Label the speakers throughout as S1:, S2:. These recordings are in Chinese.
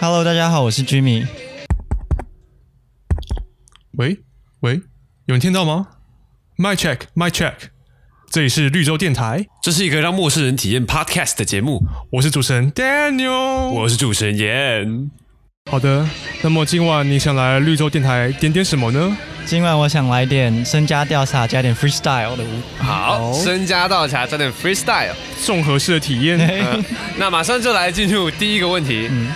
S1: Hello，大家好，我是 Jimmy。
S2: 喂喂，有人听到吗？My check, my check，这里是绿洲电台，
S3: 这是一个让陌生人体验 podcast 的节目，
S2: 我是主持人 Daniel。
S3: 我是主持人严。
S2: 好的，那么今晚你想来绿洲电台点点什么呢？
S1: 今晚我想来点身家调查加点 freestyle 的舞。
S3: 好，
S4: 身家倒茶，整点 freestyle。
S2: 综合式的体
S1: 哎
S2: 验，呃
S4: 那马上就来进入第一个问题，
S1: 嗯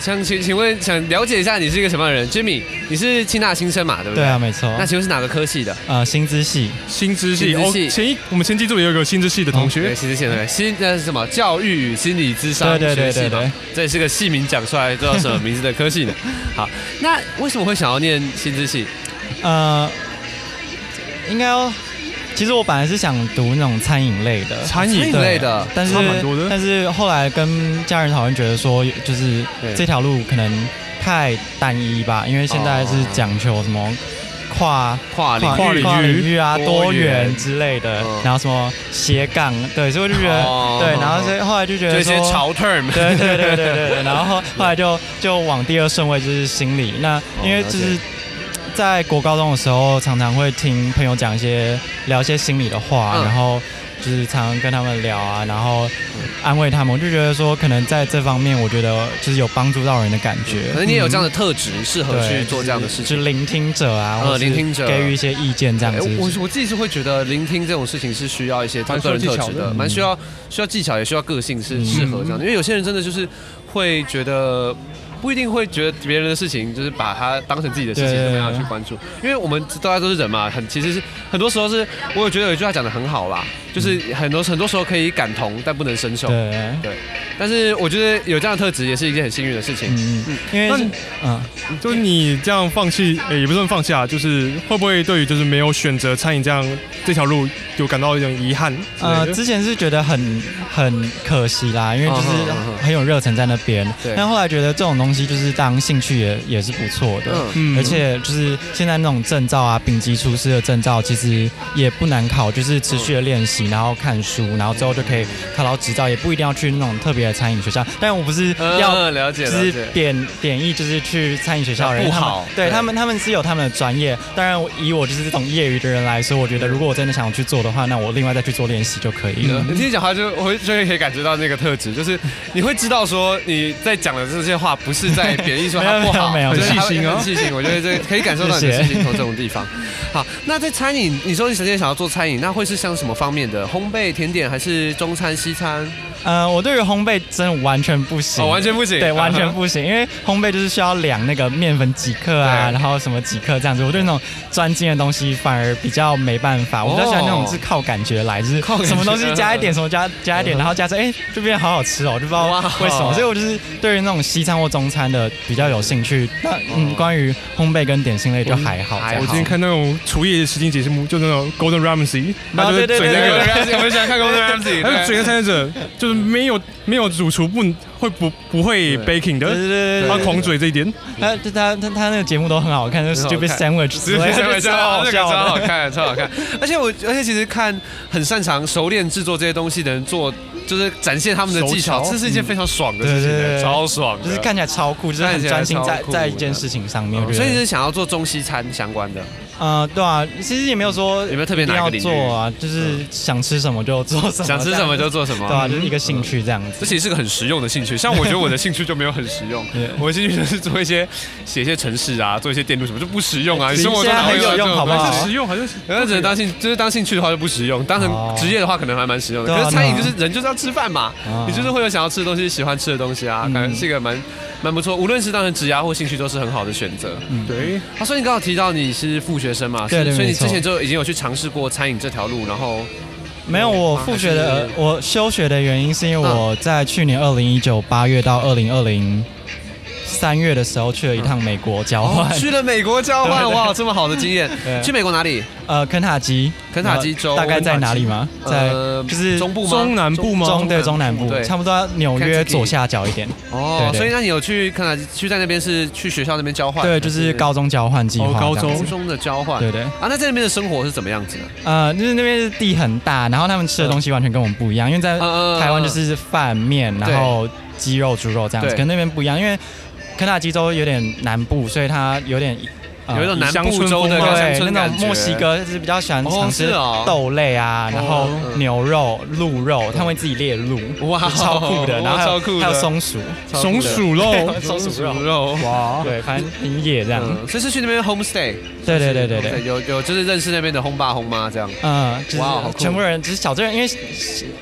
S4: 想请请问想了解一下你是一个什么样的人？Jimmy，你是清大新生嘛，对不
S1: 对
S4: 对？
S1: 啊，没错。
S4: 那请问是哪个科系的？
S1: 呃，薪资系
S2: 新知系
S4: 新知
S2: 哦，
S4: 系
S2: 前一我们前几组也有个新知系的
S1: 嗯
S2: 同
S4: 对，
S1: 哦
S2: 学，
S4: 其实现在心那是什么？教育与心理咨商
S1: 对对对
S4: 学系
S1: 对对
S4: 嘛。这也是个系名讲出来，知道什么名字的 科系呢？好，那为什么会想要念心资系？
S1: 呃，应该要。其实我本来是想读那种餐饮类的，
S2: 餐饮
S1: 对
S4: 餐饮类的
S1: 但是
S2: 差蛮多的
S1: 但是后来跟家人讨论，觉得说就是
S4: 对
S1: 这条路可能太单一吧，因为现在
S4: 哦
S1: 是讲求什么跨
S4: 跨领
S2: 跨
S1: 领
S2: 跨领
S1: 域啊、多
S4: 多元
S1: 元之类的
S4: 嗯，
S1: 然后什么斜杠，对，所以我就觉得
S4: 哦
S1: 对，然后所以后来就觉
S4: 就
S1: 得
S4: 一些
S1: 说。
S4: 潮嗯 term。
S1: 对对对对对对，然 后后来就就往第二顺位就是心理，那因为就是
S4: 哦了
S1: 在国高中的时候，常常会听朋友讲一些聊一些心理的话，
S4: 嗯
S1: 然后就是常常跟他们聊啊，然后安慰他们，我就觉得说可能在这方面，我觉得就是有帮助到人的感觉。
S4: 嗯可能你也有这样的特质，适合
S1: 对
S4: 去做这样的事情
S1: 就。是聆听者啊，
S4: 呃
S1: 或是
S4: 聆听者
S1: 给予一些意见这样
S4: 哎，
S1: 子。
S4: 我我自己是会觉得聆听这种事情是需要一些他
S2: 蛮需
S4: 个
S2: 要
S4: 人特
S2: 技巧
S4: 质
S2: 的
S4: 的，蛮需要需要技巧，也需要个性是
S1: 嗯
S4: 适合这样的。因为有些人真的就是会觉得不一定会觉得别人的事情就是把它当成自己的事情
S1: 对
S4: 怎么样去关注，因为我们大家都是人嘛，很其实是很多时候是我有觉得有一句话讲的很好啦，就是很多很多时候可以感同，但不能深受。
S1: 对，
S4: 但是我觉得有这样的特质也是一件很幸运的事情。
S1: 嗯，嗯，因为
S2: 那
S1: 是
S2: 你
S1: 嗯，
S2: 就是你这样放弃，诶，也不算放弃啊，就是会不会对于就是没有选择餐饮这样这条路，有感到一种遗憾之
S1: 呃，
S2: 类的？
S1: 之前是觉得很很可惜啦，因为就是
S4: 嗯嗯嗯
S1: 很有热忱在那边，
S4: 对
S1: 但后来觉得这种东西就是当兴趣也也是不错的。
S4: 嗯，
S2: 嗯
S1: 而且就是现在那种证照啊，丙级厨师的证照其实也不难考，就是持续的练习，然后看书，然后之后就可以考到执照，也不一定要去那种特别的餐饮学校。但我不是要
S4: 嗯，了解
S1: 就
S4: 了
S1: 是
S4: 解。
S1: 贬贬义，就是去餐饮学校的人，
S4: 不
S1: 他们
S4: 好
S1: 对
S4: 对
S1: 他们，他们是有他们的专业。当然，我以我就是这种业余的人来说，我觉得如果我真的想要去做的话，那我另外再去做练习就可以了。
S4: 你听你讲话就我会就会可以感觉到那个特质，就是你会知道说你在讲的这些话不是在贬义 说
S1: 没有
S4: 它不好，
S1: 没有没有
S4: 就是它
S2: 很细心哦
S4: 很细心。我觉得这可以感受到你
S1: 谢
S4: 的
S1: 谢
S4: 细心从这种地方。好，那在餐饮，你说你首先想要做餐饮，那会是像什么方面的？烘焙、甜点还是中餐、西餐？
S1: 呃，我对于烘焙真的完全不行，
S4: 哦，完全不 行，
S1: 对，完全
S4: 啊
S1: 不行，因为烘焙就是需要量那个面粉几克啊，
S4: 对
S1: 然后什么几克这样子。我对那种专精的东西反而比较没办法，我比较喜欢那种
S4: 哦
S1: 是靠感觉来，就是
S4: 靠感觉嗯
S1: 什么东西加一点，什么加加一点，然后加成，哎，就变得好好吃哦，我就不知道
S4: 哇
S1: 为什么。所以我就是对于那种西餐或中餐的比较有兴趣。那嗯，关于烘焙跟点心类就还好，
S4: 哦嗯还
S1: 这
S4: 好
S1: 样
S2: 我之前看那种厨艺实境节目，就那种 Golden Ramsay，他就是
S1: 啊对对
S2: 嘴
S1: 对
S2: 那
S1: 对
S2: 个
S1: 对
S4: 我很喜欢看《公司 Ramsy
S2: 还有嘴
S4: 对
S2: 的参与者，就是没有没有主厨不会不不会
S4: 对
S2: baking
S1: 对
S2: 的，
S1: 对对
S2: 他
S4: 啊
S1: 对对，
S2: 狂嘴这一点。
S1: 他他他他那个节目都很好看，就是
S4: 很好
S1: Stupid
S4: 看
S1: Sandwich 之
S4: 直
S1: 类
S4: 接
S1: 的，
S4: 上来
S1: 超好
S4: 那个超
S1: 笑
S4: 好
S1: 的。
S4: 看，超 好看。而且我，而且其实看很擅长、熟练制作这些东西的人做，就是展现他们的技巧
S2: 手，巧
S4: 这是一件非常爽的事
S1: 对对
S4: 情，欸
S1: 对
S4: 超爽的。
S1: 就是啊看起来超酷，就是
S4: 看
S1: 很
S4: 起来
S1: 专心在
S4: 超酷
S1: 在一件事情上面，我觉得。
S4: 所以你是想要做中西餐相关的，
S1: 呃，对啊，其实也没有说
S4: 有没有特别
S1: 一定
S4: 哪一
S1: 要
S4: 个领域嗯
S1: 做啊，就是想吃什么就做什么，
S4: 想吃什么就做什么。
S1: 啊
S4: 嗯
S1: 对啊，就是一个兴趣这样
S4: 这
S1: 子。
S4: 其实是个很实用的兴趣，像我觉得我的兴趣就没有很实用
S1: 对，
S4: 我的兴趣就是做一些写一些程式啊，做一些电路什么就不实用啊。
S1: 其
S4: 你
S1: 实
S4: 生活中
S1: 现在
S4: 哪会
S1: 很有
S4: 这种
S1: 用好不
S4: 东西
S1: 好
S2: 还是实用还是
S4: 那只能当兴，就是当兴趣的话就不实用，当
S1: 哦
S4: 成职业的话可能还蛮实用的。
S1: 对啊
S4: 可是餐饮
S1: 对
S4: 就
S1: 啊
S4: 是人就是要吃饭嘛，
S1: 啊
S4: 你就是会有想要吃的东西、喜欢吃的东西啊，
S1: 嗯
S4: 感觉是一个蛮蛮不错。无论是当成职业或兴趣都是很好的选择。
S2: 对，
S4: 啊，所以你刚好提到你是副学生嘛，
S1: 对嗯
S4: 是
S1: 对
S4: 所以
S1: 没
S4: 你
S1: 错
S4: 之前就已经有去尝试过餐饮这条路，然后
S1: 没
S4: 嗯
S1: 有，我复学的呃
S4: 还是，
S1: 我休学的原因是因为
S4: 嗯
S1: 我在去年二零一九八月到二零二零三月的时候去了一趟美国交换，
S4: 哦去了美国交 换，哇，这么好的经验
S1: 对！
S4: 去美国哪里？
S1: 呃，肯塔基，
S4: 肯塔基州
S1: 呃大概在哪里吗？在
S4: 呃
S1: 就是
S4: 中部吗？
S2: 中南部吗？
S1: 中对中南部，
S4: 对
S1: 差不多纽约
S4: Kentucky
S1: 左下角一点。
S4: 哦
S1: 对，对
S4: 所以那你有去肯塔基，去在那边是去学校那边交换？
S1: 对，就是高中交换计划
S2: 哦
S1: 这样
S2: 高
S1: 子。
S2: 中
S4: 高中的交换。
S1: 对对。
S4: 啊，那在那边的生活是怎么样子的？
S1: 呃，就是那边是地很大，然后他们
S4: 嗯
S1: 吃的东西完全跟我们不一样，因为在
S4: 嗯嗯嗯
S1: 台湾就是饭面，然后鸡肉、猪肉这样子，
S4: 对
S1: 跟那边不一样，因为。肯塔基州有点南部，所以它有点呃
S4: 有一种南
S2: 乡
S4: 部
S2: 村
S4: 州的
S2: 风
S4: 那
S2: 味
S4: 个乡
S1: 对
S4: 村
S1: 那
S4: 感
S1: 种
S4: 觉。
S1: 墨西哥就是比较喜欢
S4: 哦
S1: 尝
S4: 是
S1: 试
S4: 哦
S1: 豆类啊，然后
S4: 哦嗯
S1: 牛肉、鹿肉，他们会自己猎鹿，
S4: 哇哦
S1: 超酷的，然后还
S4: 超酷
S1: 有
S4: 的
S1: 还有松鼠，
S4: 超
S2: 松
S4: 酷的
S2: 鼠 肉，
S1: 松鼠肉，
S4: 肉，
S2: 哇，
S1: 对，反正很野这样，
S4: 嗯，所以是去那边 homestay，
S1: 对对对对对
S4: homestay，。有有就是认识那边的轰爸轰妈这样，
S1: 嗯，就是
S4: 哇好酷
S1: 全部人，只是小镇，因为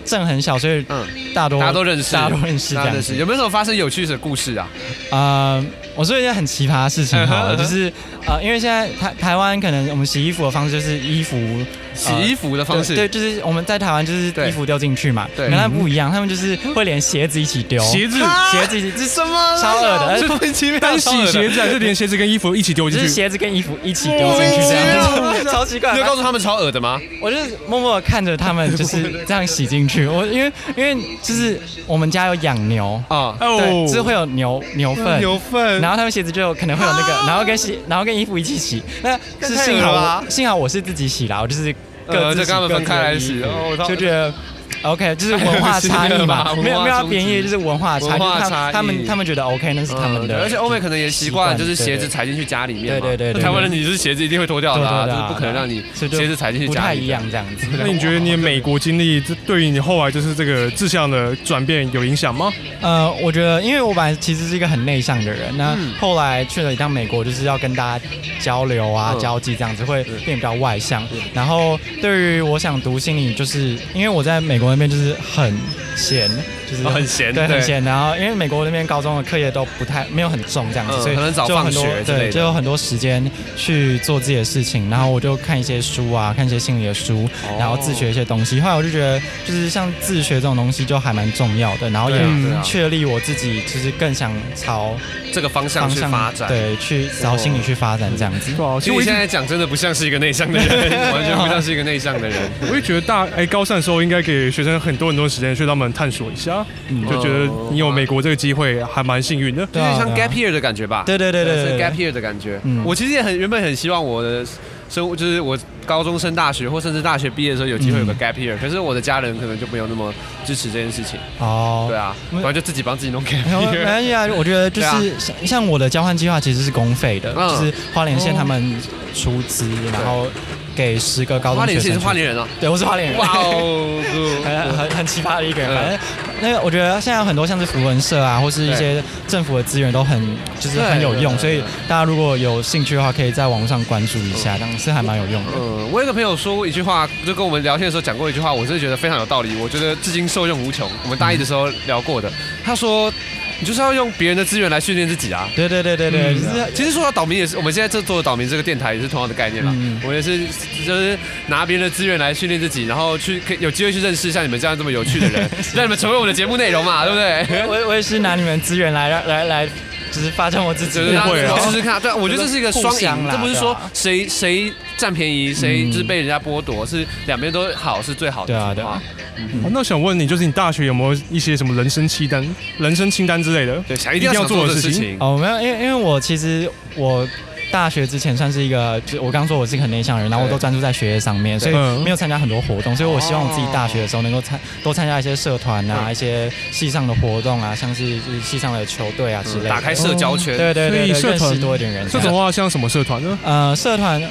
S1: 镇很小，所以
S4: 嗯，
S1: 大多
S4: 大家都认识，
S1: 大家都认识这
S4: 大家
S1: 样
S4: 认识。
S1: 子。
S4: 有没有什么发生有趣的故事啊？
S1: 呃，我说一件很奇葩的事情好了，
S4: 嗯哼
S1: 就是呃，因为现在台台湾可能我们洗衣服的方式就是衣服呃
S4: 洗衣服的方式，
S1: 对，对就是我们在台湾就是
S4: 对
S1: 衣服丢进去嘛，
S4: 对
S1: 跟他们不一样，他们就是会连鞋子一起丢，
S2: 鞋子
S1: 鞋子一起，这什么超恶的，而且
S4: 莫名其妙
S2: 单洗鞋子还啊是连鞋子跟衣服一起丢
S1: 就
S2: 进
S1: 是
S2: 去？
S1: 鞋子跟衣服一起丢进去这样 子，超奇怪
S4: 你有
S1: 的。
S4: 告诉他们超恶的吗？
S1: 我就是默默的看着他们就是这样洗进去，我因为因为就是我们家有养牛，
S4: 啊，
S2: 哦
S1: 对，就是会有牛牛粪。
S2: 牛粪
S1: 然，后他们鞋子就有可能会有那
S4: 啊
S1: 个，然后跟洗，然后跟衣服一起洗。那是幸好我，幸好我是自己洗啦，我就是各
S4: 呃
S1: 自
S4: 就
S1: 洗
S4: 跟他
S1: 各
S4: 们
S1: 自
S4: 分开
S1: 的
S4: 来
S1: 衣
S4: 洗
S1: 服
S4: 哦我操
S1: 就觉得 OK，就是文化差异嘛，
S4: 太恶心了吧
S1: 没有没有要贬
S4: 文
S1: 义，
S4: 化冲击
S1: 就是文化差异，
S4: 文化
S1: 就是
S4: 差异
S1: 他们他们他们觉得 OK，那是他们
S4: 嗯
S1: 的，
S4: 而且欧美可能也习惯，就是鞋子
S1: 对
S4: 踩进去家里面嘛。
S1: 对对对对对
S4: 台湾人你就是鞋子一定会脱掉的啊，
S1: 对对对
S4: 就是不可能让你
S1: 所以就
S4: 鞋子踩进去
S1: 不
S4: 家
S1: 太
S4: 里面
S1: 一 样这样子。
S2: 那你觉得你的美国经历，这对于你后来就是这个志向的转变有影响吗？
S1: 呃，我觉得，因为我本来其实是一个很内向的人，那
S4: 嗯
S1: 后来去了一趟美国，就是要跟大家交流啊、
S4: 嗯
S1: 交际这样子，会变比较外向。然后对于我想读心理，就是因为我在美国那边就是很闲，就是、
S3: 哦很闲
S1: 对，
S4: 对
S1: 很闲。然后因为美国那边高中的课业都不太没有很重这样子，
S4: 嗯
S1: 所以
S4: 可能早
S1: 就有
S4: 放
S1: 很多
S4: 学之类
S1: 对，
S4: 的
S1: 就有很多时间去做自己的事情。然后我就看一些书啊，看一些心理的书，
S4: 哦
S1: 然后自学一些东西。后来我就觉得，就是像自学这种东西就还蛮重要的，然后也
S4: 对啊对啊
S1: 确立我自己，就是更想朝
S4: 这个方向
S1: 方
S4: 去
S1: 向
S4: 发展。，
S1: 对，去朝心理去发展这样子。
S2: 对啊，其实
S4: 其实
S2: 我
S4: 你
S2: 一直
S4: 现在讲真的不像是一个内向 的人，完全不像是一个内向的人。
S2: 我也觉得大哎、高三的时候应该给学生很多很多时间去让他们探索一下，
S1: 嗯
S2: 就觉得
S1: 哦
S2: 你有美国这个机会还蛮幸运的。
S1: 对啊
S4: 有点像
S1: 对啊
S4: gap year 的感觉吧？
S1: 对对对对对
S4: 是
S1: 对
S4: gap year 的感觉
S1: 嗯。
S4: 我其实也很原本很希望我的生活，就是我高中升大学或甚至大学毕业的时候有机会有个
S1: 嗯
S4: gap year，可是我的家人可能就没有那么支持这件事情。
S1: 哦，
S4: 对啊，
S1: 没
S4: 反正就自己帮自己弄 gap
S1: 没有没
S4: year。
S1: 关系啊，我觉得就
S4: 对
S1: 是像像我的交换计划其实是公费的，
S4: 嗯
S1: 就是花莲县他们出资，然后给十个高中
S4: 花莲
S1: 学
S4: 其实
S1: 生
S4: 是
S1: 出。
S4: 花莲人哦，
S1: 对，我是花莲人。
S4: 哇哦，
S1: 很很很奇葩的一个人，
S4: 嗯
S1: 反正那个我觉得现在有很多像是符文社啊，或是一些政府的资源都很就是很有用，
S4: 对
S1: 所以大家如果有兴趣的话，可以在网上关注一下，这样是还蛮有用的。
S4: 嗯，我有个朋友说过一句话，就跟我们聊天的时候讲过一句话，我真的觉得非常有道理，我觉得至今受用无穷。我们大一的时候聊过的，他说你就是要用别人的资源来训练自己啊。
S1: 对对对对对，就是
S4: 其实说到岛民也是，我们现在这做的岛民这个电台也是同样的概念啦。
S1: 嗯
S4: 我们也是就是拿别人的资源来训练自己，然后去可以有机会去认识像你们这样这么有趣的 人，让你们成为我们的节目内容嘛，对不 对？
S1: 我我也是拿你们资源来让来来，就是发展我自己
S4: 就是
S1: 的
S4: 让
S2: 会啊
S4: 试试看，对啊，我觉得这是一个双
S1: 互相
S4: 赢，
S1: 啦
S4: 这不是
S1: 对
S4: 说
S1: 啊
S4: 谁谁占便宜，谁就是被人家剥夺，是两边都好是最好的
S1: 对啊
S4: 情况
S2: 哦那想问你，就是你大学有没有一些什么人生清单、人生清单之类的？
S4: 对，想一定要想做的事情。
S1: 哦，没有，因为因为我其实我大学之前算是一个，就我刚说我是一个很内向的人，然后我
S4: 对
S1: 都专注在学业上面，所以
S2: 嗯
S1: 没有参加很多活动，所以我希望我自己
S4: 哦
S1: 大学的时候能够参多参加一些社团啊，一些系上的活动啊，像是就是系上的球队啊之类的，
S4: 嗯打开社交圈，
S1: 对对对对，
S2: 所以社
S1: 认
S2: 团
S1: 识多一点人。
S2: 这种的话，像什么社团呢？
S1: 呃，社团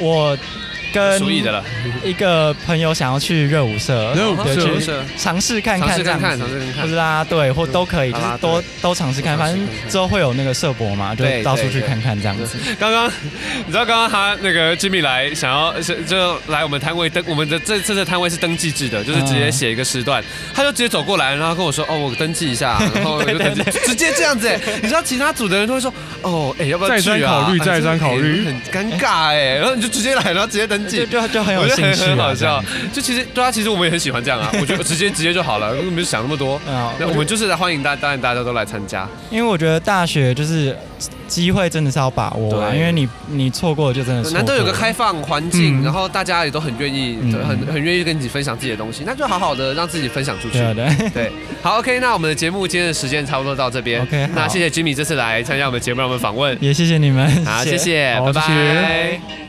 S1: 我跟
S4: 属意的了，
S1: 一个朋友想要去热舞社，
S2: 热舞
S1: 对
S2: 社
S1: 去尝试看
S4: 尝
S1: 看
S4: 试
S1: 这
S4: 看
S1: 样
S4: 看，
S1: 子
S4: 尝。试
S1: 或
S4: 看看
S1: 是。啦啦队或都可以，就
S4: 啦啦
S1: 是
S4: 队
S1: 多都尝试看，
S4: 都尝
S1: 反
S4: 试
S1: 正
S4: 看看
S1: 之后会有那个社博嘛，就
S4: 对
S1: 到处去
S4: 对对
S1: 看看这样子。
S4: 刚刚你知道刚刚他那个 Jimmy 来想要是就来我们摊位登我们的这这次摊位是登记制的，就是直接写一个时段，他就直接走过来，然后跟我说哦我登记一下，然后我就登记，直接这样子哎，你知道其他组的人都会说哦哎要不要
S2: 再三
S4: 去啊？
S2: 考虑
S4: 哎
S2: 再三考虑
S4: 很尴尬哎，然后你就直接来，然后直接登
S1: 就
S4: 记。
S1: 就就很有
S4: 我觉
S1: 兴
S4: 得
S1: 趣、啊，
S4: 很好
S1: 这样
S4: 笑
S1: 子。，
S4: 就其实对啊，其实我们也很喜欢这样 啊。我觉得直接直接就好了，没有想那么多。
S1: 嗯，
S4: 那我们就是来欢迎大，当然大家都来参加。
S1: 因为我觉得大学就是机会真的是要把握啊，
S4: 对
S1: 因为你你错过了就真的错过了
S4: 难得有个开放环
S2: 嗯
S4: 境，然后大家也都很愿意，
S1: 嗯
S4: 很很愿意跟你分享自己的东西，那就好好的让自己分享出去
S1: 对。啊对 啊，
S4: 对，好，OK，那我们的节目今天的时间差不多到这边。
S1: OK，好
S4: 那谢谢 Jimmy 这次来参加我们节目，让我们访问。
S1: 也谢谢你们，
S4: 好，谢谢，
S2: 好
S4: 拜
S2: 谢谢
S4: 拜。